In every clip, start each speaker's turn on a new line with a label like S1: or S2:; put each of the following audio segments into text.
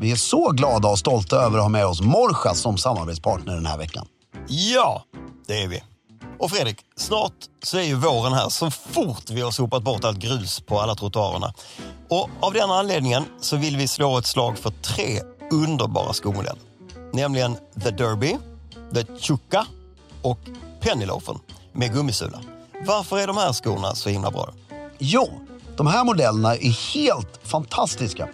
S1: Vi är så glada och stolta över att ha med oss Morja som samarbetspartner den här veckan.
S2: Ja, det är vi. Och Fredrik, snart så är ju våren här så fort vi har sopat bort allt grus på alla trottoarerna. Och av den anledningen så vill vi slå ett slag för tre underbara skomodeller. Nämligen The Derby, The Chukka och Pennyloafen med gummisula. Varför är de här skorna så himla bra?
S1: Jo, de här modellerna är helt fantastiska.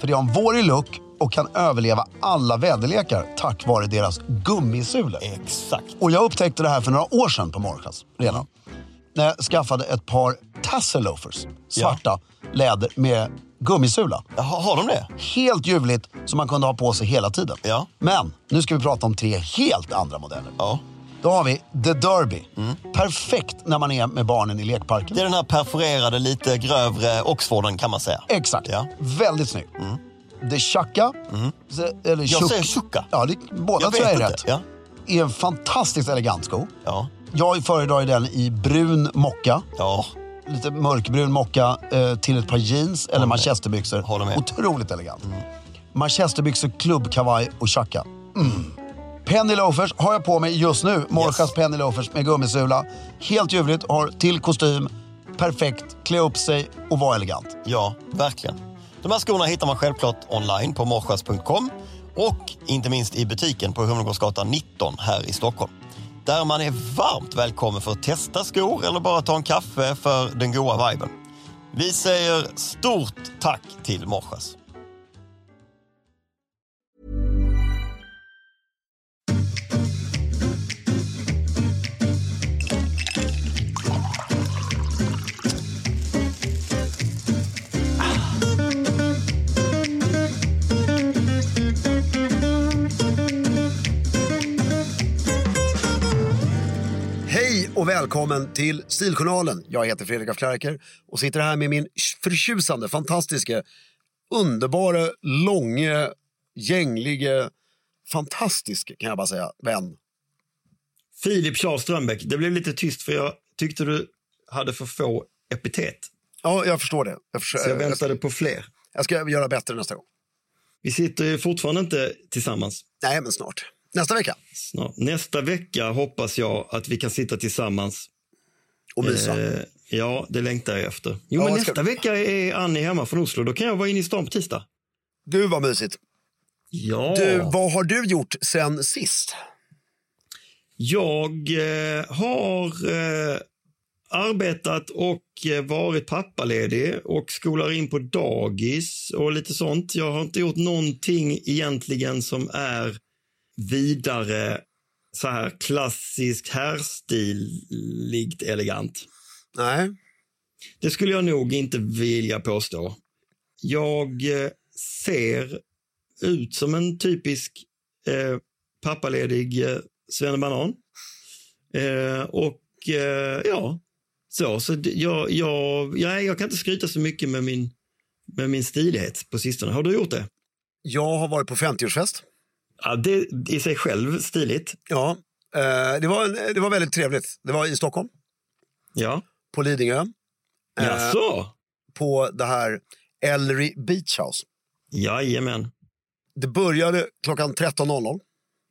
S1: För de har en vårig look och kan överleva alla väderlekar tack vare deras gummisulor.
S2: Exakt.
S1: Och jag upptäckte det här för några år sedan på Morjas redan. När jag skaffade ett par tassel loafers, svarta läder med gummisula.
S2: Ha, har de det?
S1: Helt ljuvligt som man kunde ha på sig hela tiden.
S2: Ja.
S1: Men nu ska vi prata om tre helt andra modeller.
S2: Ja.
S1: Då har vi The Derby. Perfekt när man är med barnen i lekparken.
S2: Det är den här perforerade, lite grövre Oxforden kan man säga.
S1: Exakt.
S2: Ja. Mm.
S1: Väldigt snygg. The Chaka. se- Eller
S2: Jag
S1: Chuk-
S2: säger Chukka.
S1: Ja, det, båda
S2: Jag
S1: tror jag är
S2: vet inte.
S1: rätt.
S2: Ja.
S1: Är en fantastiskt elegant sko.
S2: Ja.
S1: Jag föredrar ju den i brun mocka.
S2: Ja.
S1: Lite mörkbrun mocka eh, till ett par jeans eller manchesterbyxor.
S2: Håller med. Mm.
S1: Otroligt elegant. Manchesterbyxor, klubbkavaj och chacka. Mm. Penny loafers har jag på mig just nu. Morjas
S2: Yes.
S1: penny loafers med gummisula. Helt ljuvligt, har till kostym. Perfekt, klä upp sig och vara elegant.
S2: Ja, verkligen. De här skorna hittar man självklart online på morschas.com och inte minst i butiken på Humlegårdsgatan 19 här i Stockholm. Där man är varmt välkommen för att testa skor eller bara ta en kaffe för den goa viben. Vi säger stort tack till Morschas.
S1: Hej och välkommen till Stiljournalen. Jag heter Fredrik af Klerker och sitter här med min förtjusande, fantastiske, underbara, långe, gänglige, fantastiske kan jag bara säga, vän.
S2: Filip Charles Strömbäck, det blev lite tyst för jag tyckte du hade för få epitet.
S1: Ja, jag förstår det. Jag, försö- jag, ska,
S2: på fler.
S1: jag ska göra bättre nästa gång.
S2: Vi sitter fortfarande inte tillsammans.
S1: Nej, men snart. Nästa vecka.
S2: Snart. Nästa vecka hoppas jag att vi kan sitta tillsammans
S1: Och mysa.
S2: Eh, ja, det längtar jag efter. Jo,
S1: Ja,
S2: men
S1: vad ska
S2: nästa
S1: du-
S2: vecka är Annie hemma från Oslo. Då kan jag vara inne i stan på tisdag.
S1: Du, vad mysigt.
S2: Ja.
S1: Du, vad har du gjort sen sist?
S2: Jag eh, har eh, arbetat och eh, varit pappaledig och skolar in på dagis och lite sånt. Jag har inte gjort någonting egentligen som är vidare så här klassisk herrstiligt elegant.
S1: Nej.
S2: Det skulle jag nog inte vilja påstå. Jag eh, ser ut som en typisk eh, pappaledig eh, svennebanan. Eh, och eh, ja, så. så det- jag, jag, jag, jag kan inte skryta så mycket med min, med min stilighet på sistone. Har du gjort det?
S1: Jag har varit på 50-årsfest.
S2: Ja, det är i sig själv stiligt.
S1: Ja. Eh, det, var en, det var väldigt trevligt. Det var i Stockholm,
S2: Ja.
S1: på Lidingö. Eh,
S2: Jaså?
S1: på det här Ellery Beach House.
S2: Jajamän.
S1: Det började klockan 13.00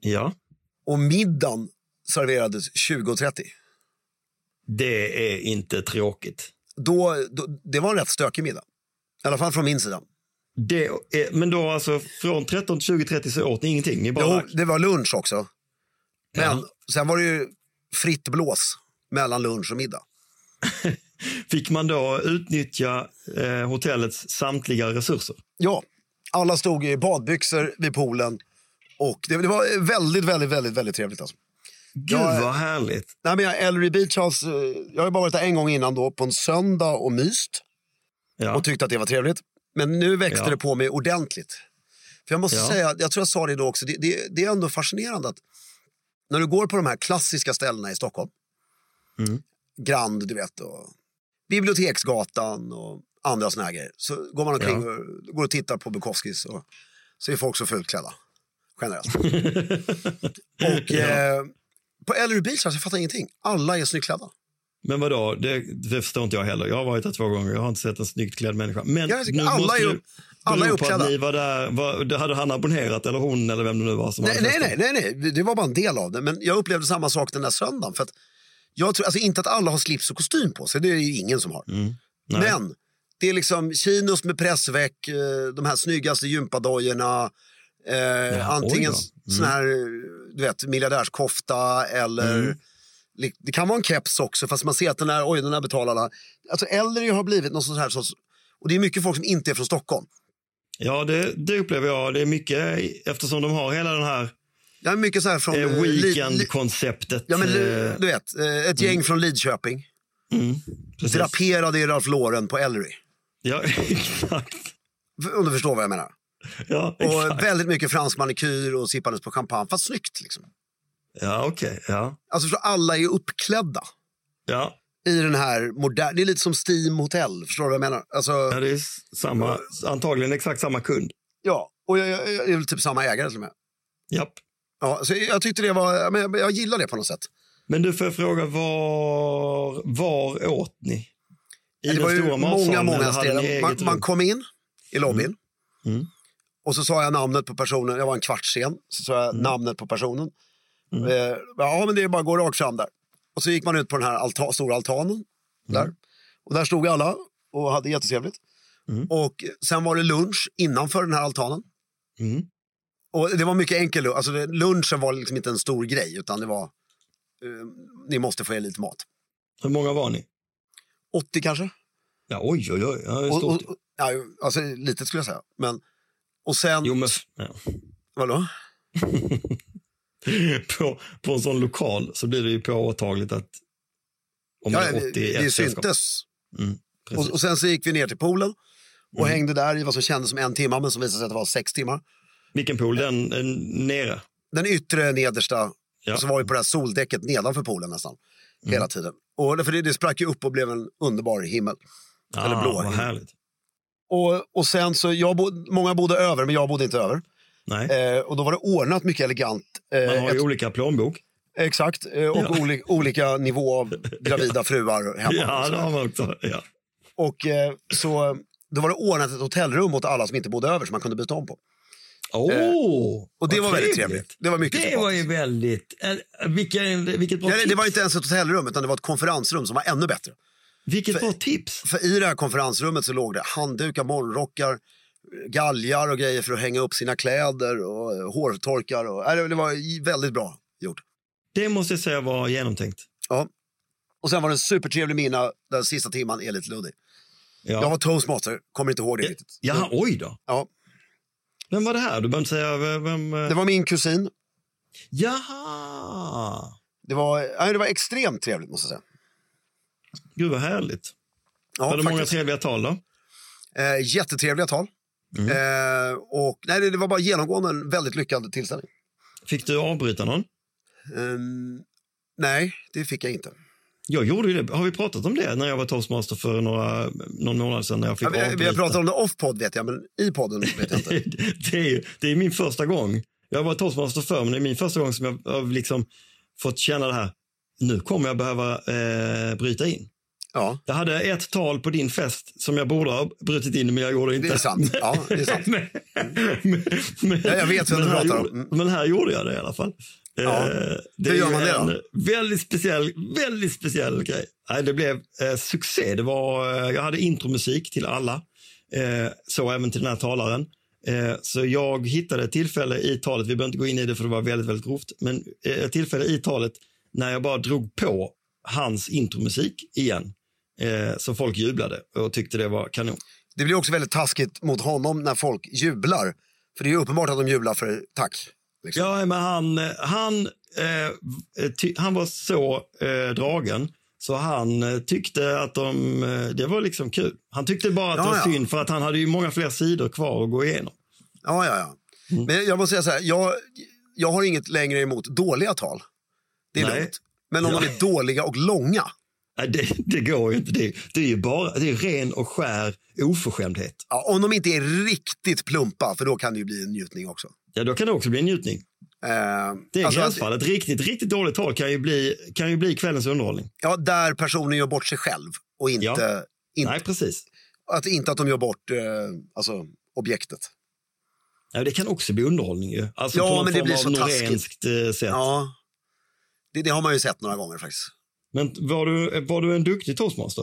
S2: Ja.
S1: och middagen serverades 20.30.
S2: Det är inte tråkigt.
S1: Då, då, det var en rätt stökig middag. I alla fall från min sida.
S2: Det är, men då alltså från 13 till 20, 30 så åt ni ingenting? Ni bara
S1: Jo,
S2: drack?
S1: det var lunch också. Men
S2: Ja.
S1: sen var det ju fritt blås mellan lunch och middag.
S2: Fick man då utnyttja eh, hotellets samtliga resurser?
S1: Ja, alla stod i badbyxor vid poolen. Och det, det var väldigt, väldigt, väldigt, väldigt trevligt. Alltså.
S2: Gud
S1: Ja,
S2: vad härligt!
S1: Nej, men jag, Ellery Beach House, eh, jag har ju bara varit där en gång innan då, på en söndag och myst.
S2: Ja.
S1: och tyckte att det var trevligt. Men nu växte
S2: Ja.
S1: det på mig ordentligt. För jag måste
S2: Ja.
S1: säga, jag tror jag sa det då också, det, det, det är ändå fascinerande att när du går på de här klassiska ställena i Stockholm,
S2: Mm.
S1: Grand, du vet, och Biblioteksgatan och andra såna här grejer, så går man omkring och går och tittar på Bukowskis och så är folk så fult klädda, generellt. och eh, på Ellery Beach, alltså, jag fattar ingenting, alla är snyggt klädda.
S2: Men vadå, det, det förstår inte jag heller. Jag har varit där två gånger, jag har inte sett en snyggt klädd människa. Men
S1: Jag tycker
S2: nu
S1: alla
S2: måste
S1: är,
S2: du,
S1: Alla är
S2: Beror på att
S1: uppklädda.
S2: ni var där, var, hade han abonnerat eller hon eller vem det nu var som
S1: Nej,
S2: hade
S1: nej,
S2: festen?
S1: nej, nej, nej, det var bara en del av det. Men jag upplevde samma sak den där söndagen. För att jag tror, alltså inte att alla har slips och kostym på sig, det är det ju ingen som har.
S2: Mm. Nej.
S1: Men det är liksom chinos med pressväck, eh, de här snyggaste gympadojorna, eh, antingen
S2: oj då. Mm.
S1: sån här du vet, miljardärskofta eller
S2: Mm.
S1: li- det kan vara en keps också fast man ser att den här, oj den här betalar alla. Alltså äldre har blivit någon sån här sorts, och det är mycket folk som inte är från Stockholm.
S2: Ja, det, det upplever jag. Det är mycket eftersom de har hela den här
S1: Det är mycket så här från... eh,
S2: eh,
S1: Li- Li-
S2: weekend-konceptet.
S1: Ja, men
S2: eh,
S1: du vet, eh, ett gäng från Lidköping.
S2: mm, precis.
S1: Draperade i Ralph Lauren på Ellery.
S2: Ja, exakt.
S1: Om du förstår vad jag menar.
S2: Ja,
S1: Och
S2: exakt.
S1: väldigt mycket fransk manikyr och sippandes på champagne. Fast snyggt liksom.
S2: Ja, okej. Ja.
S1: Alltså för alla är uppklädda
S2: Ja.
S1: i den här moderna... Det är lite som Steam Hotel. Förstår du vad jag menar? Alltså,
S2: ja, det är s- samma, antagligen exakt samma kund.
S1: ja. Och jag, jag, jag är väl typ samma ägare till och med.
S2: Japp.
S1: Ja, så jag tyckte det var... ja, Men jag, jag gillar det på något sätt.
S2: Men du, får jag fråga, var, var åt ni? I
S1: det
S2: den
S1: var ju
S2: stora matsalen,
S1: många,
S2: eller
S1: många
S2: hade ni
S1: ställen.
S2: eget
S1: Man, man
S2: rum?
S1: kom in i lobbyn.
S2: Mm.
S1: Och så sa jag namnet på personen. Jag var en kvart sen. Så sa jag namnet på personen.
S2: Mm.
S1: Eh, ja, men det är bara att gå rakt fram där. Och så gick man ut på den här alta- stora
S2: Mm.
S1: altanen. Där. Och där stod alla och hade jättetrevligt.
S2: Mm.
S1: Och sen var det lunch innanför den här altanen.
S2: Mm.
S1: Och det var mycket enkel lunch. Alltså det, lunchen var liksom inte en stor grej utan det var eh, ni måste få er lite mat.
S2: Hur många var ni?
S1: 80 kanske?
S2: Ja, oj, oj, oj. Ja, det är
S1: Och,
S2: stort.
S1: och, ja, alltså litet skulle jag säga. Men, och sen,
S2: Jo, men... f- Ja.
S1: vadå?
S2: på, på en sån lokal så blir det ju påtagligt att om man
S1: Ja,
S2: är 80 i
S1: det
S2: ett
S1: det
S2: sällskap.
S1: syntes.
S2: Mm, precis.
S1: Och, och sen så gick vi ner till poolen och
S2: Mm.
S1: hängde där i vad som kändes som en timme men som visade sig att det var sex timmar.
S2: Vilken pool? Den, den nere?
S1: Den yttre nedersta
S2: Ja. Mm.
S1: och så var vi på det här soldäcket nedanför poolen nästan hela tiden. Och därför det, det sprack ju upp och blev en underbar himmel. eller blå.
S2: Ah, Vad härligt.
S1: Och, och sen så, jag bod, många bodde över men jag bodde inte över.
S2: Nej.
S1: Eh, och då var det ordnat mycket elegant. Eh,
S2: Man har ju
S1: ett-
S2: olika plånbok.
S1: Exakt, eh, och oli, olika nivå av gravida fruar hemma.
S2: Ja, det har man också. Ja.
S1: Och eh, så, då var det ordnat ett hotellrum åt alla som inte bodde över som man kunde byta om på.
S2: Åh,
S1: Eh, Och det
S2: vad
S1: var väldigt trevligt. Det var mycket
S2: Det
S1: sympatiskt.
S2: var ju väldigt... eh, Vilken, vilket bra
S1: Nej,
S2: tips.
S1: det var inte ens ett hotellrum utan det var ett konferensrum som var ännu bättre.
S2: Vilket bra tips.
S1: För i det här konferensrummet så låg det handdukar, morgonrockar, galgar och grejer för att hänga upp sina kläder och eh, hårtorkar. Och, nej, det- det var i- väldigt bra gjort.
S2: Det måste jag säga var genomtänkt.
S1: Och sen var det en supertrevlig mina den sista timman är lite luddig.
S2: Ja. Eh,
S1: Jag var toastmaster, kommer inte ihåg det riktigt.
S2: Jaha, oj då.
S1: Ja.
S2: Vem var det här? Du behöver inte säga vem... vem eh,
S1: Det var min kusin.
S2: Jaha!
S1: Det var, nej, det var extremt trevligt måste jag säga.
S2: Gud, vad härligt.
S1: Ja,
S2: var det många
S1: faktiskt.
S2: trevliga tal då?
S1: Eh, jättetrevliga tal.
S2: Mm.
S1: Eh, och, nej, det, det var bara genomgående en väldigt lyckad tillställning.
S2: Fick du avbryta någon?
S1: Ehm, nej, det fick jag
S2: Typ
S1: inte.
S2: Jag gjorde ju det. Har vi pratat om det när jag var toastmaster för några, någon månad sedan? När jag fick
S1: Ja, vi, vi har
S2: avbryta?
S1: pratat om det off-podd vet jag, men i podden vet jag inte.
S2: det, är, ju- det är min första gång. Jag var toastmaster förr, men det är min första gång som jag har liksom fått känna det här. Nu kommer jag behöva eh, bryta in.
S1: Ja,
S2: Jag hade ett tal på din fest som jag borde ha brutit in, men jag gjorde inte.
S1: det är sant. Ja, det är sant.
S2: men, men, men,
S1: Ja, jag vet vem
S2: men
S1: du
S2: här
S1: pratar om.
S2: gjorde-
S1: Mm.
S2: Men här gjorde jag det i alla fall.
S1: Ja.
S2: Eh,
S1: Hur
S2: är
S1: gör
S2: ju
S1: man det då?
S2: en Väldigt speciell, väldigt speciell grej. Nej, det blev eh, succé. Det var, eh, jag hade intromusik till alla, eh, så även till den här talaren. Eh, så jag hittade ett tillfälle i talet, vi behöver inte gå in i det för det var väldigt, väldigt grovt, men eh, ett tillfälle i talet när jag bara drog på hans intromusik igen. Eh, så folk jublade och tyckte det var kanon.
S1: Det blir också väldigt taskigt mot honom när folk jublar. För det är ju uppenbart att de jublar för tack. Liksom.
S2: Ja, men han, eh, han, eh, ty, han var så eh, dragen så han eh, tyckte att de, eh, det var liksom kul. Han tyckte bara att
S1: Ja,
S2: det var
S1: ja.
S2: synd för att han hade ju många fler sidor kvar att gå igenom.
S1: Ja, ja, ja.
S2: Mm.
S1: Men jag måste säga så här, jag, jag har inget längre emot dåliga tal. Det är
S2: Nej.
S1: lugnt. Men om
S2: Ja.
S1: de är dåliga och långa.
S2: Nej, det, det går ju inte. Det, det är ju bara det är ren och skär oförskämdhet.
S1: Ja, om de inte är riktigt plumpa, för då kan det ju bli en njutning också.
S2: Ja, då kan det också bli en njutning.
S1: Eh,
S2: Det är
S1: alltså att-
S2: gränsfall. Ett riktigt, riktigt dåligt tal kan ju bli, kan ju bli kvällens underhållning.
S1: ja, där personen gör bort sig själv och inte,
S2: Ja.
S1: inte,
S2: Nej, precis.
S1: att, inte att de gör bort eh, alltså, objektet.
S2: Ja, det kan också bli underhållning ju. Alltså
S1: Ja,
S2: på någon
S1: men det
S2: form
S1: blir
S2: av
S1: så taskigt.
S2: norenskt, eh, sätt.
S1: Ja, det, det har man ju sett några gånger faktiskt.
S2: Men var du, var du en duktig toastmaster?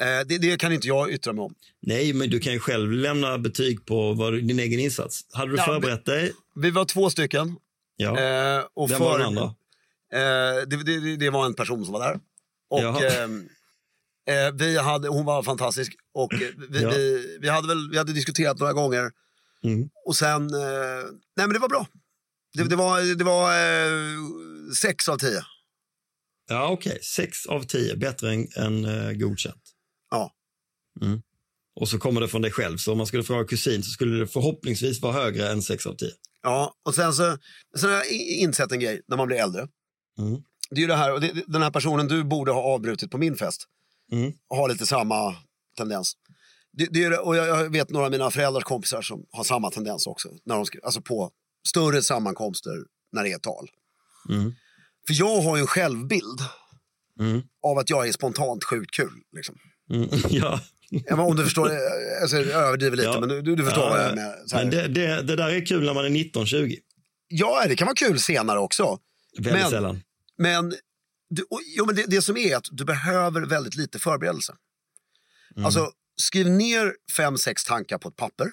S1: Eh, det, det kan inte jag yttra mig om.
S2: Nej, men du kan ju själv lämna betyg på vad, du- din egen insats. Hade du
S1: Ja,
S2: förberett dig?
S1: Vi var två stycken.
S2: Ja.
S1: Eh, och
S2: Vem
S1: för,
S2: var den andra?
S1: Eh, det, det, det- det var en person som var där. Och,
S2: Jaha.
S1: ehm, eh, vi hade, hon var fantastisk och eh, vi,
S2: Ja.
S1: vi, vi, hade väl, vi hade diskuterat några gånger
S2: Mm.
S1: och sen, eh, nej men det var bra. Det, det var, det var eh, sex av tio.
S2: Ja, okej. Sex av tio. Bättre än, än eh, godkänt.
S1: Ja.
S2: Mm. Och så kommer det från dig själv. Så om man skulle fråga kusin så skulle det förhoppningsvis vara högre än sex av tio.
S1: Ja, och sen så, sen har jag i- insett en grej när man blir äldre.
S2: Mm.
S1: Det är ju det här, och det, den här personen du borde ha avbrutit på min fest
S2: Mm.
S1: har lite samma tendens. Det, det är, det- och jag, jag vet några av mina föräldrars kompisar som har samma tendens också. När de ska, alltså på större sammankomster när det är tal.
S2: Mm.
S1: För jag har ju en självbild
S2: Mm.
S1: av att jag är spontant sjukt kul. Liksom.
S2: Mm. ja.
S1: Ja, men Om du förstår, eh, alltså, jag överdriver lite
S2: Ja.
S1: men du, du du förstår
S2: Ja,
S1: vad
S2: ja.
S1: jag menar. Så här.
S2: Men det, det, det där är kul när man är 19-20.
S1: Ja, det kan vara kul senare också.
S2: Väldigt
S1: Men-
S2: sällan.
S1: Men, du, och, jo, men det, det som är att du behöver väldigt lite förberedelse.
S2: Mm.
S1: Alltså skriv ner fem, sex tankar på ett papper.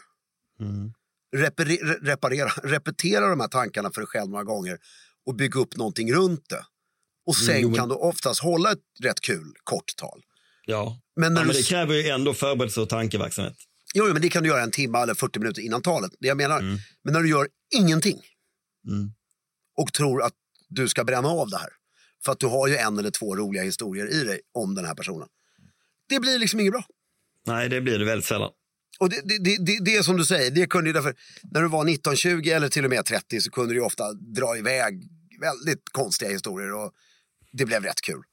S2: Mm.
S1: repare- re- reparera, repetera de här tankarna för dig själv några gånger och bygga upp någonting runt det. Och sen
S2: Mm, jo, men-
S1: kan du oftast hålla ett rätt kul kort tal.
S2: Ja.
S1: Men, när
S2: ja,
S1: du,
S2: men det
S1: s-
S2: kräver ju ändå förberedelse och tankeverksamhet.
S1: jo, jo, men det kan du göra en timme eller 40 minuter innan talet. Det jag menar.
S2: Mm.
S1: Men när du gör ingenting
S2: Mm.
S1: och tror att du ska bränna av det här. För att du har ju en eller två roliga historier i dig om den här personen. Det blir liksom inget bra.
S2: Nej, det blir det väldigt sällan.
S1: Och det, det, det, det, det är som du säger, det kunde ju därför, när du var 19, 20 eller till och med 30 så kunde du ju ofta dra iväg väldigt konstiga historier och det blev rätt kul.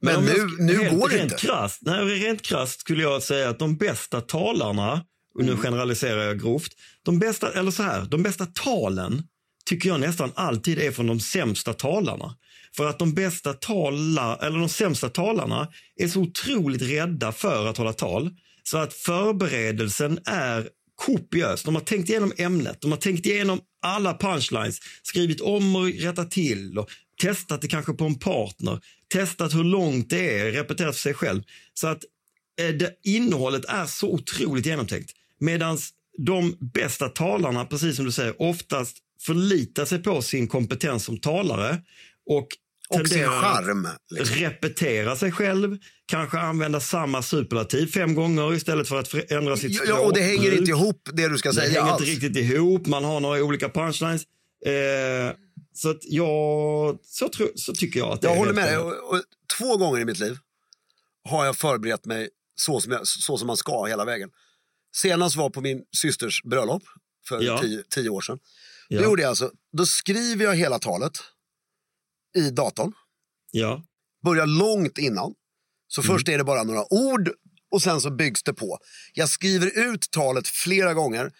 S1: Men,
S2: om jag
S1: nu,
S2: ska-
S1: nu
S2: helt,
S1: går det
S2: rent
S1: inte.
S2: Krasst, nej, rent krasst skulle jag säga att de bästa talarna, och
S1: Mm.
S2: nu generaliserar jag grovt, de bästa, eller så här, de bästa talen tycker jag nästan alltid är från de sämsta talarna. För att de bästa tala, eller de sämsta talarna är så otroligt rädda för att hålla tal så att förberedelsen är kopiös. De har tänkt igenom ämnet, de har tänkt igenom alla punchlines, skrivit om och rättat till och testat det kanske på en partner, testat hur långt det är, repeterat för sig själv. Så att eh, det, innehållet är så otroligt genomtänkt. Medan de bästa talarna, precis som du säger, oftast förlitar sig på sin kompetens som talare och,
S1: Och sin
S2: tenderar att-
S1: charm. Liksom.
S2: repetera sig själv, kanske använda samma superlativ fem gånger istället för att förändra sitt
S1: Ja, och det hänger
S2: språkbruk.
S1: inte ihop det du ska
S2: Det
S1: säga
S2: hänger
S1: alls.
S2: inte riktigt ihop, man har några olika punchlines. Eh, så att jag, så, tro, så tycker jag att det
S1: Jag
S2: är
S1: håller
S2: helt
S1: med dig.
S2: rätt.
S1: Och, och, två gånger i mitt liv har jag förberett mig så som, jag, så som man ska hela vägen. Senast var på min systers bröllop för
S2: Ja.
S1: tio, tio år sedan.
S2: Ja.
S1: Då, gjorde jag alltså, då skriver jag hela talet i datorn.
S2: Ja,
S1: börjar långt innan. Så
S2: Mm.
S1: först är det bara några ord och sen så byggs det på. Jag skriver ut talet flera gånger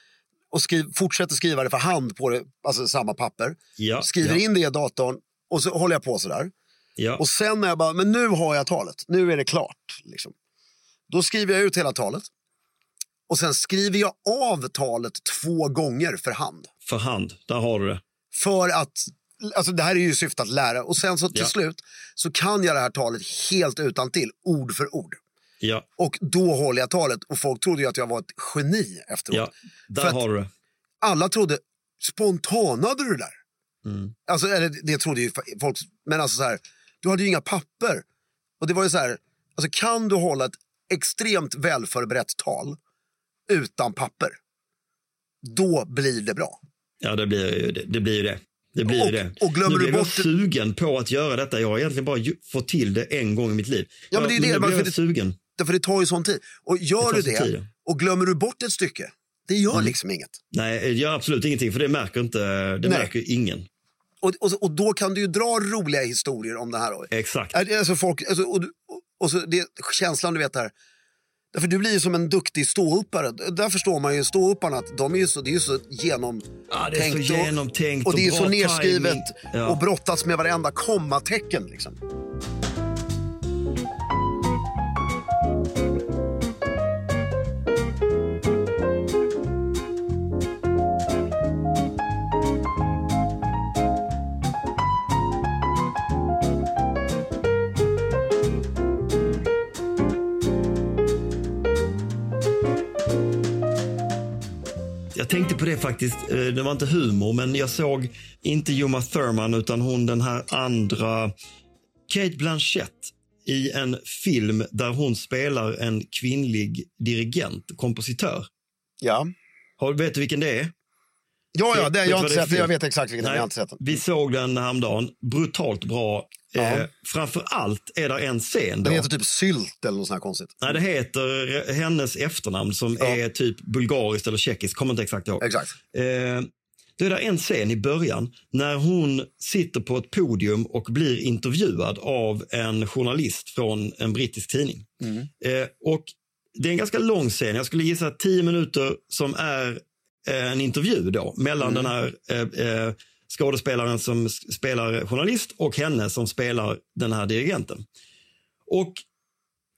S1: och skriv, fortsätter skriva det för hand på det, alltså samma papper.
S2: ja,
S1: Skriver
S2: ja,
S1: in det i datorn och så håller jag på sådär.
S2: ja.
S1: Och sen när jag bara, men nu har jag talet, nu är det klart. Liksom. Då skriver jag ut hela talet. Och sen skriver jag av talet två gånger för hand.
S2: för hand, där har du det.
S1: För att, alltså det här är ju syftet att lära. Och sen så till
S2: Ja.
S1: slut så kan jag det här talet helt utan till ord för ord.
S2: Ja,
S1: Och då håller jag talet och folk trodde ju att jag var ett geni efteråt.
S2: ja, där
S1: För att-
S2: har du det.
S1: Alla trodde, spontanade du det där?
S2: Mm.
S1: Alltså, eller det trodde ju folk, men alltså så här, du hade ju inga papper. Och det var ju så här, alltså kan du hålla ett extremt välförberett tal utan papper, då blir det bra.
S2: Ja, det blir ju det. Det blir ju det. Det blir ju
S1: Och-
S2: det.
S1: och glömmer
S2: nu
S1: du
S2: blev jag
S1: bort det-
S2: sugen på att göra detta. Jag har egentligen bara ju- fått till det en gång i mitt liv.
S1: Ja, men det är
S2: Jag-
S1: det,
S2: nu
S1: varför
S2: blev
S1: det-
S2: jag sugen.
S1: Därför det tar ju sån tid. Och gör
S2: tar
S1: du
S2: sån
S1: det
S2: tid, Mm. ja.
S1: och glömmer du bort ett stycke, det gör liksom inget.
S2: Nej, det gör absolut ingenting för det märker inte det
S1: Nej.
S2: märker ingen.
S1: Och, och, och då kan du ju dra roliga historier om det här.
S2: Exakt.
S1: Ja, det är Alltså folk, alltså, och, du- och, och så det, känslan du vet här. Därför du blir ju som en duktig ståuppare. D- Där förstår man ju ståupparna att de är ju så, det är ju så genom...
S2: Ja, det är så
S1: tänkt och-
S2: genomtänkt
S1: Och det är
S2: bra
S1: så nedskrivet
S2: timing. Ja.
S1: och brottas med varenda kommatecken. Liksom.
S2: Jag tänkte på det faktiskt. Eh, Det var inte humor, men jag såg inte Juma Thurman utan hon den här andra Kate Blanchett i en film där hon spelar en kvinnlig dirigent, kompositör.
S1: Ja,
S2: Har, vet du vilken det är?
S1: ja, ja den,
S2: Vet- vet
S1: jag,
S2: vad
S1: har inte
S2: det är
S1: sett,
S2: för
S1: den. jag vet exakt vilken den är,
S2: Nej.
S1: jag har inte sett den.
S2: Vi såg den häromdagen. Brutalt bra. Eh,
S1: Mm. Ja.
S2: framför allt är det en scen. Då.
S1: Den heter typ Sylt eller något sånt här konstigt.
S2: Nej, det heter eh, hennes efternamn som
S1: Ja.
S2: är typ bulgariskt eller tjeckiskt. Kommer inte exakt ihåg.
S1: Exakt.
S2: Eh, då är det en scen i början när hon sitter på ett podium och blir intervjuad av en journalist från en brittisk tidning. Eh, och det är en ganska lång scen, jag skulle gissa 10 minuter som är eh, en intervju då mellan den här eh, eh, skådespelaren som s- spelar journalist och henne som spelar den här dirigenten. Och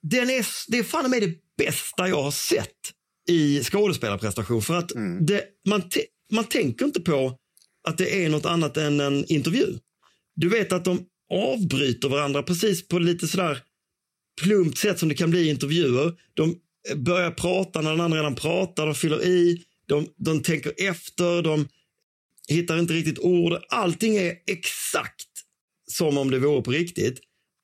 S2: den är, det är fan med det bästa jag har sett i skådespelarprestation. För att det, man, te, man tänker inte på att det är något annat än en intervju. Du vet att de avbryter varandra precis på lite sådär plumpt sätt som det kan bli i intervjuer. De eh, börjar prata när den andra redan pratar, de fyller i, de, de tänker efter, de hittar inte riktigt ord. Allting är exakt som om det vore på riktigt.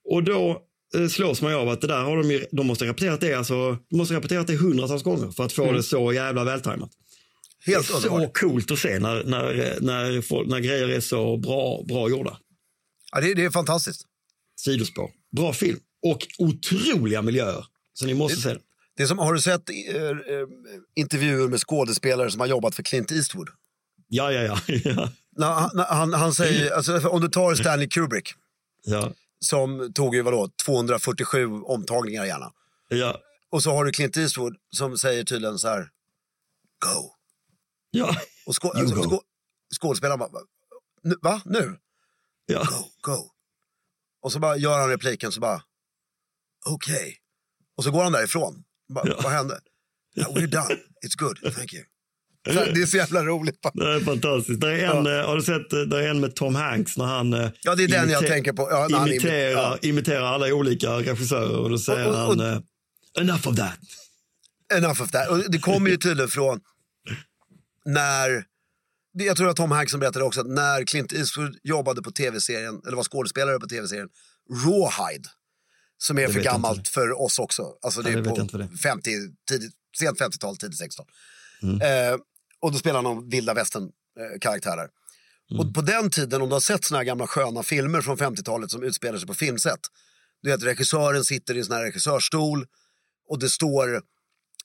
S2: Och då eh, slås man ju av att det där har de ju, de måste ha repeterat det alltså, de måste ha repeterat det hundratals gånger för att få det så jävla vältajmat.
S1: Mm. Helt
S2: Så
S1: underbart.
S2: coolt att se när, när, när, folk, när grejer är så bra, bra gjorda.
S1: Ja, det, det är fantastiskt.
S2: Sidospår. Bra film och otroliga miljöer. Så ni måste se den.
S1: Det är som, har du sett eh, eh, intervjuer med skådespelare som har jobbat för Clint Eastwood?
S2: Ja, ja, ja. ja,
S1: När han, när han, han säger,
S2: Mm.
S1: alltså, om du tar Stanley Kubrick
S2: ja,
S1: som tog ju vadå, 247 omtagningar gärna.
S2: ja.
S1: Och så har du Clint Eastwood som säger tydligen så här, go.
S2: ja.
S1: Och skå,
S2: You
S1: alltså,
S2: go.
S1: skå, skådespelaren bara, "Nu- va? Nu?
S2: ja.
S1: Go, go. Och så bara gör han repliken så bara, okej. Och så går han därifrån. Bara,
S2: Ja.
S1: Vad hände? "Yeah, we're done, it's good, thank you. Så här, det är så jävla roligt. bara.
S2: Det är fantastiskt. Det är en, eh, Har du sett eh, det är en med Tom Hanks när han eh,
S1: Ja, det är den jag
S2: imite-
S1: tänker på. Ja, när han imit-
S2: imiterar,
S1: ja.
S2: imiterar alla olika regissörer och då säger
S1: Och- och- och-
S2: han eh, enough of that.
S1: Enough of that. Och det kommer ju tydligen från när, det- jag tror att Tom Hanks som berättade också, att när Clint Eastwood jobbade på tv-serien, eller var skådespelare på tv-serien, Rawhide, som är för
S2: vet jag
S1: gammalt
S2: inte.
S1: för oss också. Alltså det
S2: Ja, det
S1: är
S2: vet jag inte
S1: på
S2: vad det
S1: 50, tidigt, sent 50-tal, tidigt 60-tal.
S2: Mm.
S1: Eh, och då spelar han någon vilda västern-karaktärer.
S2: Mm.
S1: Och på den tiden, om du har sett såna här gamla sköna filmer från 50-talet som utspelar sig på filmset. Du vet, regissören sitter i en sån här regissörstol och det står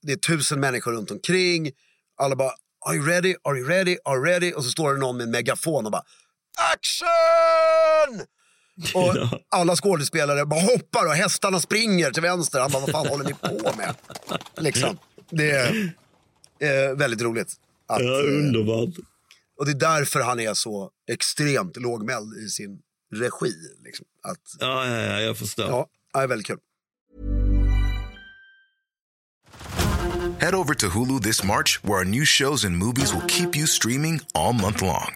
S1: det är tusen människor runt omkring. Alla bara, are you ready, are you ready, are you ready? Och så står det någon med en megafon och bara, action! Och
S2: Ja.
S1: alla skådespelare bara hoppar och hästarna springer till vänster. Han bara, vad fan håller ni på med? Liksom. Det är eh, väldigt roligt. Att,
S2: Ja,
S1: eh,
S2: underbart.
S1: och det är därför han är så extremt lågmäld i sin regi. Liksom. Att,
S2: Ja, ja, ja, jag förstår.
S1: ja, det är väldigt kul.
S3: Head over to Hulu this March, where our new shows and movies will keep you streaming all month long.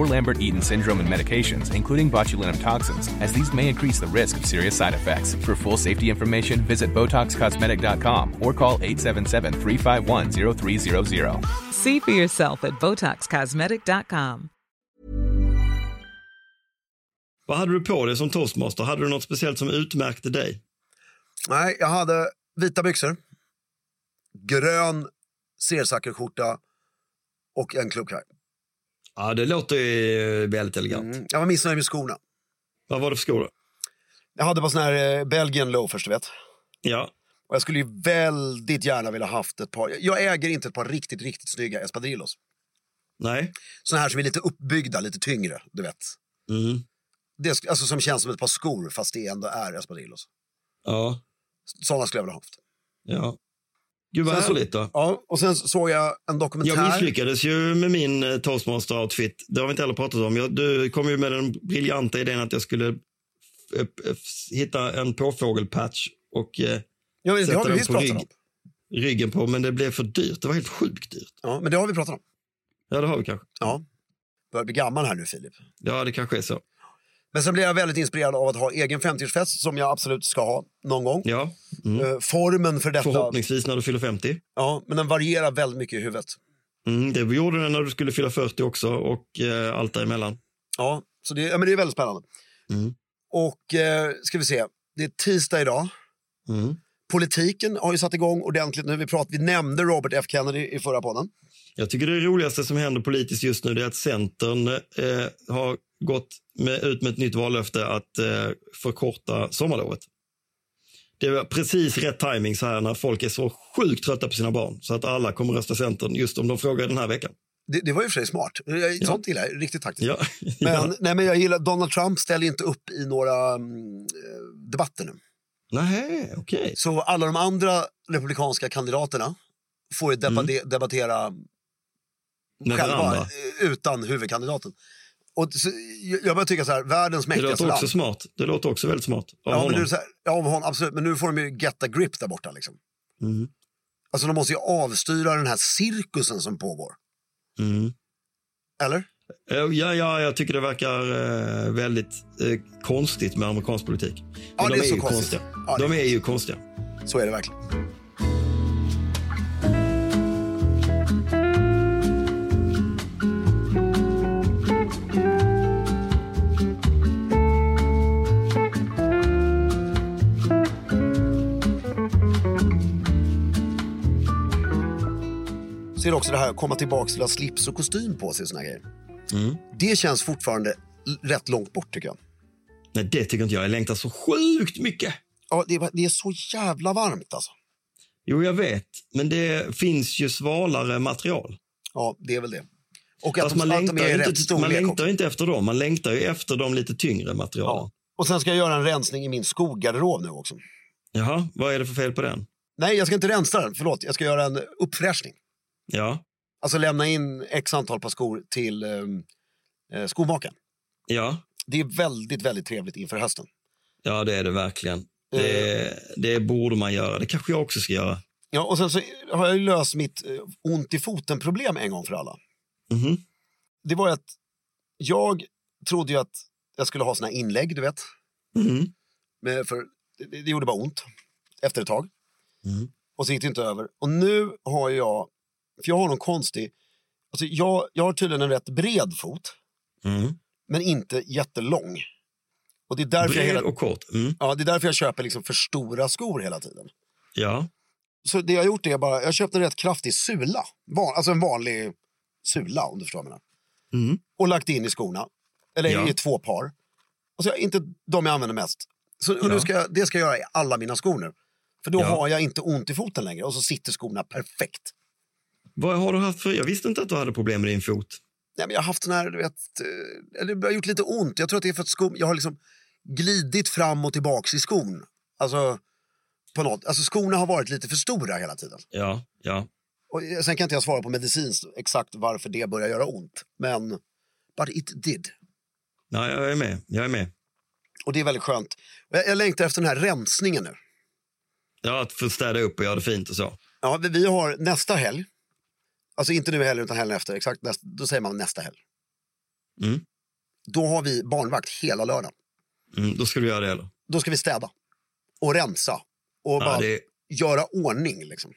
S4: Lambert-Eaton syndrome and medications, including botulinum toxins, as these may increase the risk of serious side effects. For full safety information, visit BotoxCosmetic.com or call 877-351-0300.
S5: See for yourself at BotoxCosmetic.com.
S2: Vad hade du på dig som toastmaster? Hade du något speciellt som utmärkte dig?
S1: Nej, jag hade vita byxor, grön sersackerskjorta och en klubbkraj.
S2: Ja, det låter ju väldigt elegant.
S1: Mm. Jag var missnöjd med skorna.
S2: Vad var det för skor? då?
S1: Jag hade bara såna här eh, Belgian loafers, du vet.
S2: Ja,
S1: Och jag skulle ju väldigt gärna vilja haft ett par. Jag äger inte ett par riktigt, riktigt snygga espadrillos.
S2: nej.
S1: Såna här som är lite uppbyggda, lite tyngre, du vet.
S2: Mm.
S1: Det, sk- alltså som känns som ett par skor fast det ändå är espadrillos.
S2: Ja,
S1: Sådana skulle jag vilja haft.
S2: ja. Gud vad
S1: Sen så-
S2: härligt då.
S1: Ja, och sen såg jag en dokumentär.
S2: Jag misslyckades ju med min eh, toastmaster-outfit. Det har vi inte heller pratat om. Jag, du kom ju med den briljanta idén att jag skulle f- f- hitta en påfågelpatch och eh,
S1: Ja, men det har
S2: sätta
S1: vi
S2: den
S1: visst
S2: på
S1: pratat
S2: rygg,
S1: om.
S2: ryggen på, men det blev för dyrt. Det var helt sjukt dyrt.
S1: Ja, men det har vi pratat om.
S2: Ja, det har vi kanske.
S1: Ja. Börjar bli gammal här nu, Filip.
S2: Ja, det kanske är så.
S1: Men sen blev jag väldigt inspirerad av att ha egen 50-årsfest som jag absolut ska ha någon gång.
S2: Ja, mm.
S1: Eh, Formen för detta,
S2: förhoppningsvis när du fyller 50.
S1: ja, men den varierar väldigt mycket i huvudet.
S2: Mm, det gjorde den när du skulle fylla 40 också och eh, allt däremellan.
S1: Ja, så det, ja, men det är väldigt spännande.
S2: Mm.
S1: Och eh, ska vi se, det är tisdag idag.
S2: Mm.
S1: Politiken har ju satt igång ordentligt nu. Vi, prat, vi nämnde Robert F Kennedy i förra podden.
S2: Jag tycker det roligaste som händer politiskt just nu det är att Centern eh, har gått med, ut med ett nytt vallöfte att eh, förkorta sommarlovet. Det var precis rätt timing så här när folk är så sjukt trötta på sina barn så att alla kommer rösta Centern just om de frågar den här veckan.
S1: Det, det var ju för sig smart. Jag- Sånt gillar jag, riktigt taktiskt.
S2: Ja,
S1: Men,
S2: ja.
S1: nej, men jag gillar, Donald Trump ställer inte upp i några mm, eh, debatter nu.
S2: Nej, okej.
S1: Så alla de andra republikanska kandidaterna får ju debate- debattera
S2: Mm. Med
S1: själva
S2: varandra.
S1: eh, utan huvudkandidaten. Och så, jag jag börjar tycka så här, världens
S2: Det
S1: mäktigaste
S2: låter också
S1: land.
S2: smart. Det låter också väldigt smart av
S1: Ja, men
S2: honom.
S1: nu, är det så här, ja, av honom, absolut. Men nu får de ju get a grip där borta. Liksom.
S2: Mm.
S1: Alltså de måste ju avstyra den här cirkusen som pågår.
S2: Mm.
S1: Eller?
S2: Eh, Ja, ja, jag tycker det verkar eh, väldigt eh, konstigt med amerikansk politik. Men
S1: Ja,
S2: de
S1: det är så
S2: ju
S1: konstigt.
S2: konstiga.
S1: Ja, det
S2: de
S1: är
S2: är ju konstiga.
S1: Så är det verkligen. Så är det också det här att komma tillbaka till att ha slips och kostym på sig. och Såna grejer. Det känns fortfarande l- rätt långt bort tycker jag.
S2: Nej, det tycker inte jag. Jag längtar så sjukt mycket.
S1: Ja, det, är- det är så jävla varmt alltså.
S2: Jo, jag vet. Men det finns ju svalare material.
S1: Ja, det är väl det. Och att,
S2: Fast
S1: de,
S2: man
S1: att de
S2: längtar,
S1: är i
S2: ju
S1: rätt
S2: inte, man
S1: storlek också.
S2: längtar ju inte efter dem. Man längtar ju efter de lite tyngre materialen.
S1: Ja. Och sen ska jag göra en rensning i min skogarderob nu också.
S2: Jaha, vad är det för fel på den?
S1: Nej, jag ska inte rensa den. Förlåt, jag ska göra en uppfräschning.
S2: Ja,
S1: Alltså lämna in x antal par skor till ehm, eh, skomakaren.
S2: ja,
S1: Det är väldigt, väldigt trevligt inför hösten.
S2: ja det är det verkligen.
S1: Eh.
S2: Det, det borde man göra. Det kanske jag också ska göra.
S1: Ja, och sen så har jag ju löst mitt eh, ont i foten-problem en gång för alla.
S2: Mhm.
S1: Det var ju att jag trodde ju att jag skulle ha såna här inlägg, du vet.
S2: Mhm.
S1: Men för det, det gjorde bara ont efter ett tag.
S2: Mm.
S1: Och så gick det inte över. Och nu har jag, för jag har någon konstig, alltså jag, jag har tydligen en rätt bred fot,
S2: Mm.
S1: men inte jättelång. Och det är därför, jag,
S2: Bred
S1: hela,
S2: och kort. Mm.
S1: ja, det är därför jag köper liksom för stora skor hela tiden.
S2: Ja.
S1: Så det jag har gjort är bara, jag köpte en rätt kraftig sula, van, alltså en vanlig sula om du förstår vad jag menar.
S2: Mm.
S1: Och lagt in i skorna, eller
S2: Ja.
S1: i två par. Och så inte de jag använder mest. Så, och nu
S2: Ja.
S1: ska jag, det ska jag göra i alla mina skor nu. För då
S2: Ja.
S1: har jag inte ont i foten längre och så sitter skorna perfekt.
S2: Vad har du haft för... Jag visste inte att du hade problem med din fot.
S1: Nej, men jag har haft sån här, du vet, eh, eller det har gjort lite ont. Jag tror att det är för att skon, jag har liksom glidit fram och tillbaks i skon. Alltså, på något, alltså skorna har varit lite för stora hela tiden.
S2: Ja, ja.
S1: Och eh, sen kan inte jag svara på medicinskt exakt varför det börjar göra ont. Men, but it did.
S2: Nej, jag är med. Jag är med.
S1: Och det är väldigt skönt. Och Jag, jag längtar efter den här rensningen nu.
S2: Ja, att få städa upp och göra det fint och så.
S1: Ja, vi, vi har nästa helg. Alltså inte nu heller utan helgen efter. Exakt nästa, då säger man nästa helg.
S2: Mm.
S1: Då har vi barnvakt hela lördagen.
S2: Mm, då ska du göra det, eller?
S1: Då ska vi städa. Och rensa. Och bara
S2: Ja, det,
S1: göra ordning. Liksom.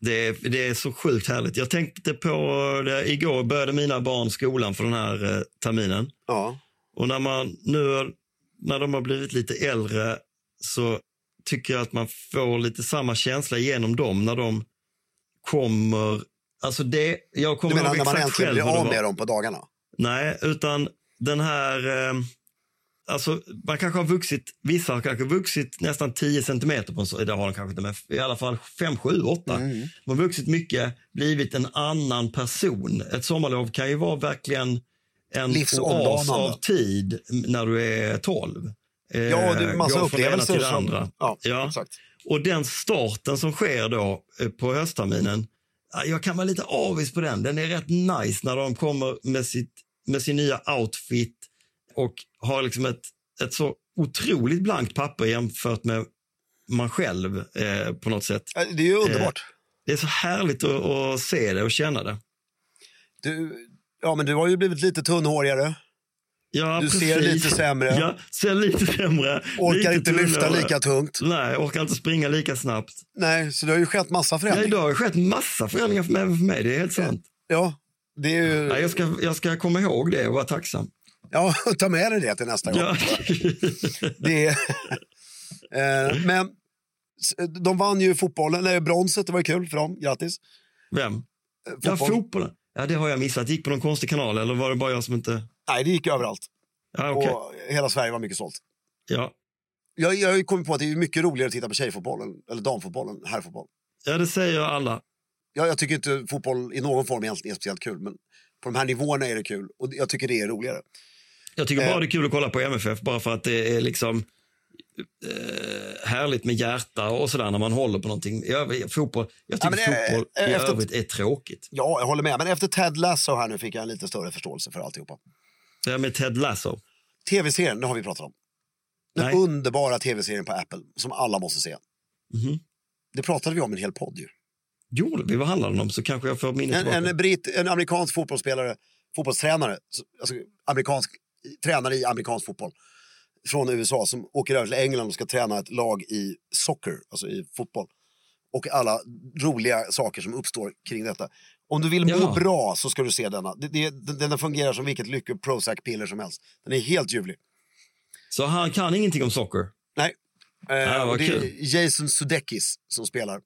S2: det, är- det är så sjukt härligt. Jag tänkte på det. Igår började mina barn skolan för den här eh, terminen.
S1: Ja.
S2: Och när man nu har när de har blivit lite äldre så tycker jag att man får lite samma känsla genom dem när de kommer... Alltså det, jag
S1: Du
S2: kommer
S1: menar
S2: ihåg
S1: när man
S2: exakt
S1: äntligen
S2: själv
S1: blir
S2: hur det
S1: av
S2: var.
S1: med dem på dagarna?
S2: Nej, utan den här... Eh, alltså, man kanske har vuxit, vissa har kanske vuxit nästan 10 centimeter på en så, det har de kanske inte, men i alla fall 5, 7, 8.
S1: Mm.
S2: De har vuxit mycket, blivit en annan person. Ett sommarlov kan ju vara verkligen en
S1: Livsomdanande.
S2: oas av tid när du är 12. Eh,
S1: Ja, det är massa
S2: går från det ena
S1: upplevelser.
S2: till det
S1: som-
S2: andra.
S1: Ja,
S2: Ja.
S1: exakt.
S2: Och den starten som sker då eh, på höstterminen, ja, jag kan vara lite avis på den. Den är rätt nice när de kommer med, sitt, med sin nya outfit och har liksom ett, ett så otroligt blankt papper jämfört med man själv eh, på något sätt.
S1: Ja, Det är ju underbart.
S2: Det är så härligt att, att se det och känna det.
S1: Du, ja, men du har ju blivit lite tunnhårigare.
S2: Ja,
S1: Du ser lite sämre.
S2: Ja, ser lite sämre.
S1: Orkar
S2: lite
S1: inte lyfta
S2: tunnare.
S1: lika tungt.
S2: Nej, orkar inte springa lika snabbt.
S1: Nej, så det har ju skett massa
S2: Ja,
S1: förändringar.
S2: idag har det skett massa förändringar för mig, för mig. Det är helt sant.
S1: Ja, det är ju...
S2: Ja, jag, ska, jag ska komma ihåg det och vara tacksam.
S1: Ja, ta med dig det till nästa gång.
S2: Ja.
S1: Det är, eh, men s- de vann ju fotbollen, nej, bronset, det var ju kul för dem, grattis.
S2: Vem?
S1: Eh,
S2: Ja,
S1: fotboll.
S2: fotbollen. Ja, det har jag missat. Gick på någon konstig kanal eller var det bara jag som inte...
S1: nej, det gick ju överallt
S2: Ja, okej.
S1: och hela Sverige var mycket stolt.
S2: Ja.
S1: Jag, jag har ju kommit på att det är mycket roligare att titta på tjejfotbollen, eller damfotbollen, än herrfotboll.
S2: ja, det säger alla.
S1: Jag, jag tycker inte fotboll i någon form egentligen är speciellt kul, men på de här nivåerna är det kul och jag tycker det är roligare.
S2: Jag tycker
S1: Eh.
S2: bara det är kul att kolla på MFF bara för att det är liksom eh, härligt med hjärta och sådär när man håller på någonting. Jag, fotboll, jag
S1: Ja,
S2: tycker
S1: men det- eh,
S2: fotboll i
S1: efter-
S2: övrigt är tråkigt.
S1: Ja, jag håller med, men efter Ted Lasso här nu fick jag en lite större förståelse för alltihopa.
S2: Det här med Ted Lasso.
S1: Tv-serien, det har vi pratat om. Den
S2: Nej.
S1: underbara tv-serien på Apple som alla måste se.
S2: Mhm.
S1: Det pratade vi om i en hel podd ju.
S2: Gjorde vi? Vad handlar den om? Så kanske jag får minnet
S1: En,
S2: tillbaka.
S1: en, britt, en amerikansk fotbollsspelare, fotbollstränare, så- alltså amerikansk, tränare i amerikansk fotboll från USA som åker över till England och ska träna ett lag i soccer, alltså i fotboll. Och alla roliga saker som uppstår kring detta. Om du vill må
S2: Jaha.
S1: bra så ska du se denna. Det, det, den, den fungerar som vilket lycko Prozac-piller som helst. Den är helt ljuvlig.
S2: Så han kan ingenting om socker?
S1: Nej. Eh,
S2: Ah, vad
S1: och det
S2: kul. Mm.
S1: är Jason Sudeikis som spelar.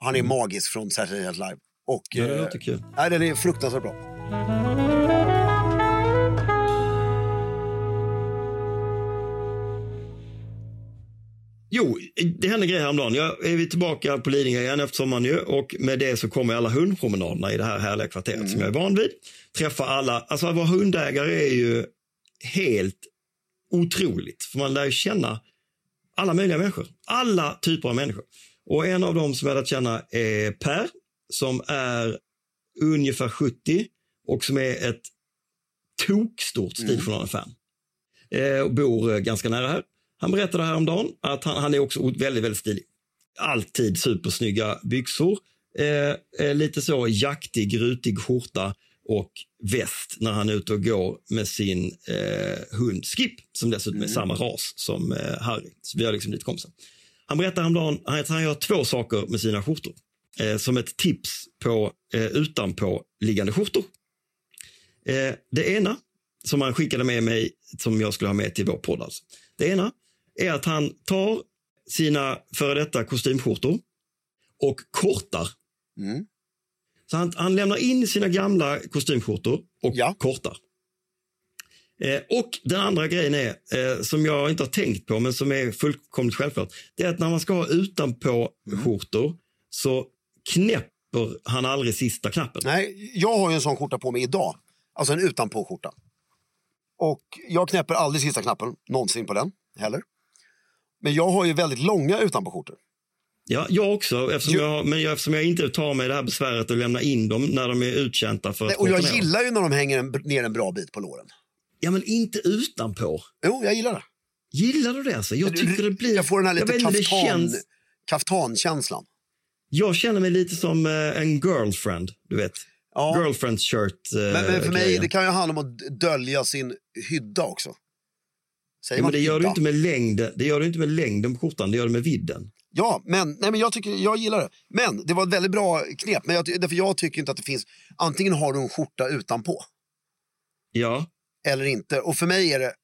S1: Han är magisk från Saturday Night Live. Och,
S2: Ja, det
S1: eh,
S2: låter kul.
S1: Nej, den är fruktansvärt bra.
S2: Jo, det hände grejer häromdagen. Jag är vi tillbaka på Lidingö igen efter sommaren ju och med det så kommer alla hundpromenaderna i det här härliga kvarteret som jag är van vid. Träffa alla, alltså att vara hundägare är ju helt otroligt för man lär ju känna alla möjliga människor, alla typer av människor. Och en av dem som jag lärt känna är Per som är ungefär 70 och som är ett tokstort Stig fan eh, och bor eh, ganska nära här. Han berättade häromdagen att han, han är också väldigt, väldigt stilig. Alltid supersnygga byxor. Eh, eh, lite så jaktig, rutig skjorta och väst när han är ute och går med sin eh, hund Skip som dessutom är samma ras som eh, Harry. Så vi har liksom lite kompisar. Han berättade häromdagen att han gör två saker med sina skjortor eh, som ett tips på eh, utanpå liggande skjortor. Eh, det ena som han skickade med mig, som jag skulle ha med till vår podd. Alltså. Det ena är att han tar sina före detta kostymskjortor och kortar.
S1: Mm.
S2: Så han, han lämnar in sina gamla kostymskjortor och
S1: Ja.
S2: kortar. Eh, och den andra grejen är, eh, som jag inte har tänkt på, men som är fullkomligt självklart, det är att när man ska ha utanpå
S1: Mm.
S2: skjortor så knäpper han aldrig sista knappen.
S1: Nej, jag har ju en sån skjorta på mig idag. Alltså en utanpå-skjorta. Och jag knäpper aldrig sista knappen någonsin på den heller. Men jag har ju väldigt långa utanpå-skjortor.
S2: Ja, jag också, eftersom
S1: Jo.
S2: jag, men jag, eftersom jag inte tar mig det här besväret att lämna in dem när de är uttjänta. För att
S1: Nej, Och jag
S2: korta ner dem.
S1: gillar ju när de hänger en, ner en bra bit på låren.
S2: Ja, men inte utanpå.
S1: Jo, jag gillar det.
S2: Gillar du det? Alltså? Jag tycker det blir...
S1: Jag får den här lite
S2: vet inte, det
S1: kaftan,
S2: känns-
S1: kaftankänslan.
S2: jag känner mig lite som eh, en girlfriend, du vet.
S1: Ja.
S2: Girlfriend shirt. Eh,
S1: Men, men för mig
S2: grejen.
S1: det kan ju handla om att dölja sin hydda också. Säger
S2: ja,
S1: man
S2: men det gör du
S1: hydda?
S2: inte med längden. Det gör du inte med längden på skjortan, det gör du med vidden.
S1: Ja, men, nej, men jag, tycker, jag gillar det. Men det var ett väldigt bra knep. Men jag, ty- därför jag tycker inte att det finns... Antingen har du en skjorta utanpå
S2: Ja,
S1: eller inte. Och för mig är det...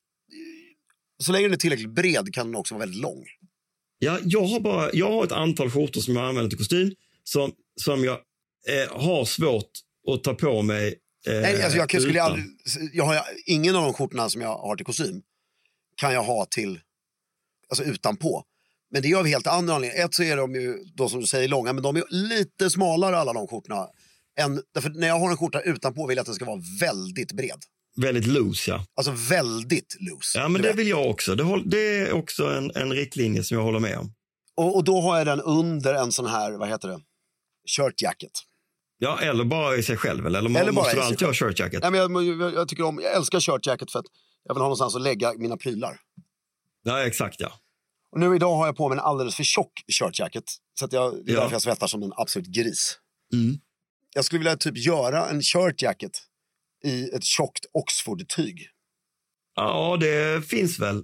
S1: Så länge den är tillräckligt bred kan den också vara väldigt lång.
S2: Ja, jag, har bara, jag har ett antal skjortor som jag använder till kostym som, som jag eh, har svårt att ta på mig. eh,
S1: Nej, alltså jag, kan- skulle
S2: utan.
S1: aldrig, jag har ingen av de skjortorna som jag har till kostym kan jag ha till, alltså utanpå. Men det är av helt andra anledningar. Ett så är de ju, då som du säger, långa, men de är lite smalare alla de skjortorna. Än, därför när jag har en skjorta utanpå vill jag att den ska vara väldigt bred.
S2: Väldigt loose, ja.
S1: Alltså väldigt loose.
S2: Ja,
S1: du
S2: men det
S1: vet.
S2: vill jag också. Det, håll, det är också en, en riktlinje som jag håller med om.
S1: och, och då har jag den under en sån här, vad heter det, shirt jacket.
S2: Ja, eller bara i sig själv. Eller, eller man
S1: Eller bara i
S2: måste
S1: sig
S2: alltid ha shirt jacket.
S1: Nej, men jag, jag, jag, tycker om, jag älskar shirt jacket för att jag vill ha någonstans att lägga mina prylar.
S2: Ja, exakt ja.
S1: Och nu idag har jag på mig en alldeles för tjock shirt jacket. Så att jag, det är
S2: Ja. Mm.
S1: därför jag svettas som en absolut gris. Jag skulle vilja typ göra en shirt jacket i ett tjockt Oxford-tyg.
S2: Ja, det finns väl.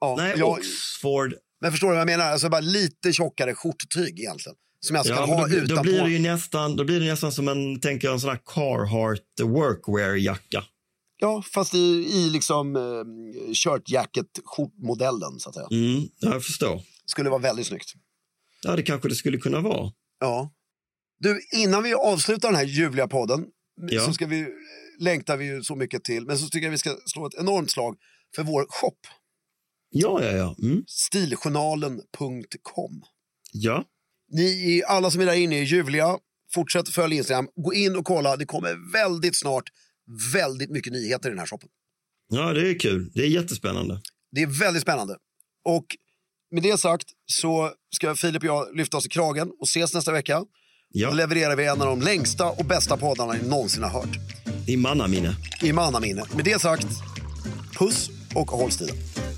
S1: Ja,
S2: Nej,
S1: jag,
S2: Oxford.
S1: Men förstår du vad jag menar? Alltså bara lite tjockare skjorttyg egentligen. Som jag alltså
S2: Ja,
S1: kan
S2: men
S1: ha
S2: då, blir-
S1: utanpå.
S2: då blir det ju nästan, då blir det nästan som en, tänker jag, en sån här Carhartt workwear-jacka.
S1: Ja, fast i, i liksom eh, shirt jacket-skjortmodellen så att säga.
S2: Mm, ja, jag förstår.
S1: Skulle vara väldigt snyggt.
S2: Ja, det kanske det skulle kunna vara.
S1: Ja. Du, innan vi avslutar den här ljuvliga podden
S2: Ja.
S1: så ska vi, eh, längtar vi ju så mycket till, men så tycker jag vi ska slå ett enormt slag för vår shop,
S2: Ja, ja, ja. Mm.
S1: stiljournalen.com.
S2: Ja,
S1: Ni är, alla som är där inne är ljuvliga. Fortsätt följa Instagram, gå in och kolla. Det kommer väldigt snart väldigt mycket nyheter i den här shoppen.
S2: ja det är kul. Det är jättespännande.
S1: Det är väldigt spännande. Och med det sagt så ska Filip och jag lyfta oss i kragen och ses nästa vecka. Då
S2: Ja,
S1: levererar vi en av de längsta och bästa poddarna ni någonsin har hört.
S2: i mannaminne.
S1: i mannaminne. Med det sagt, puss och håll stilen.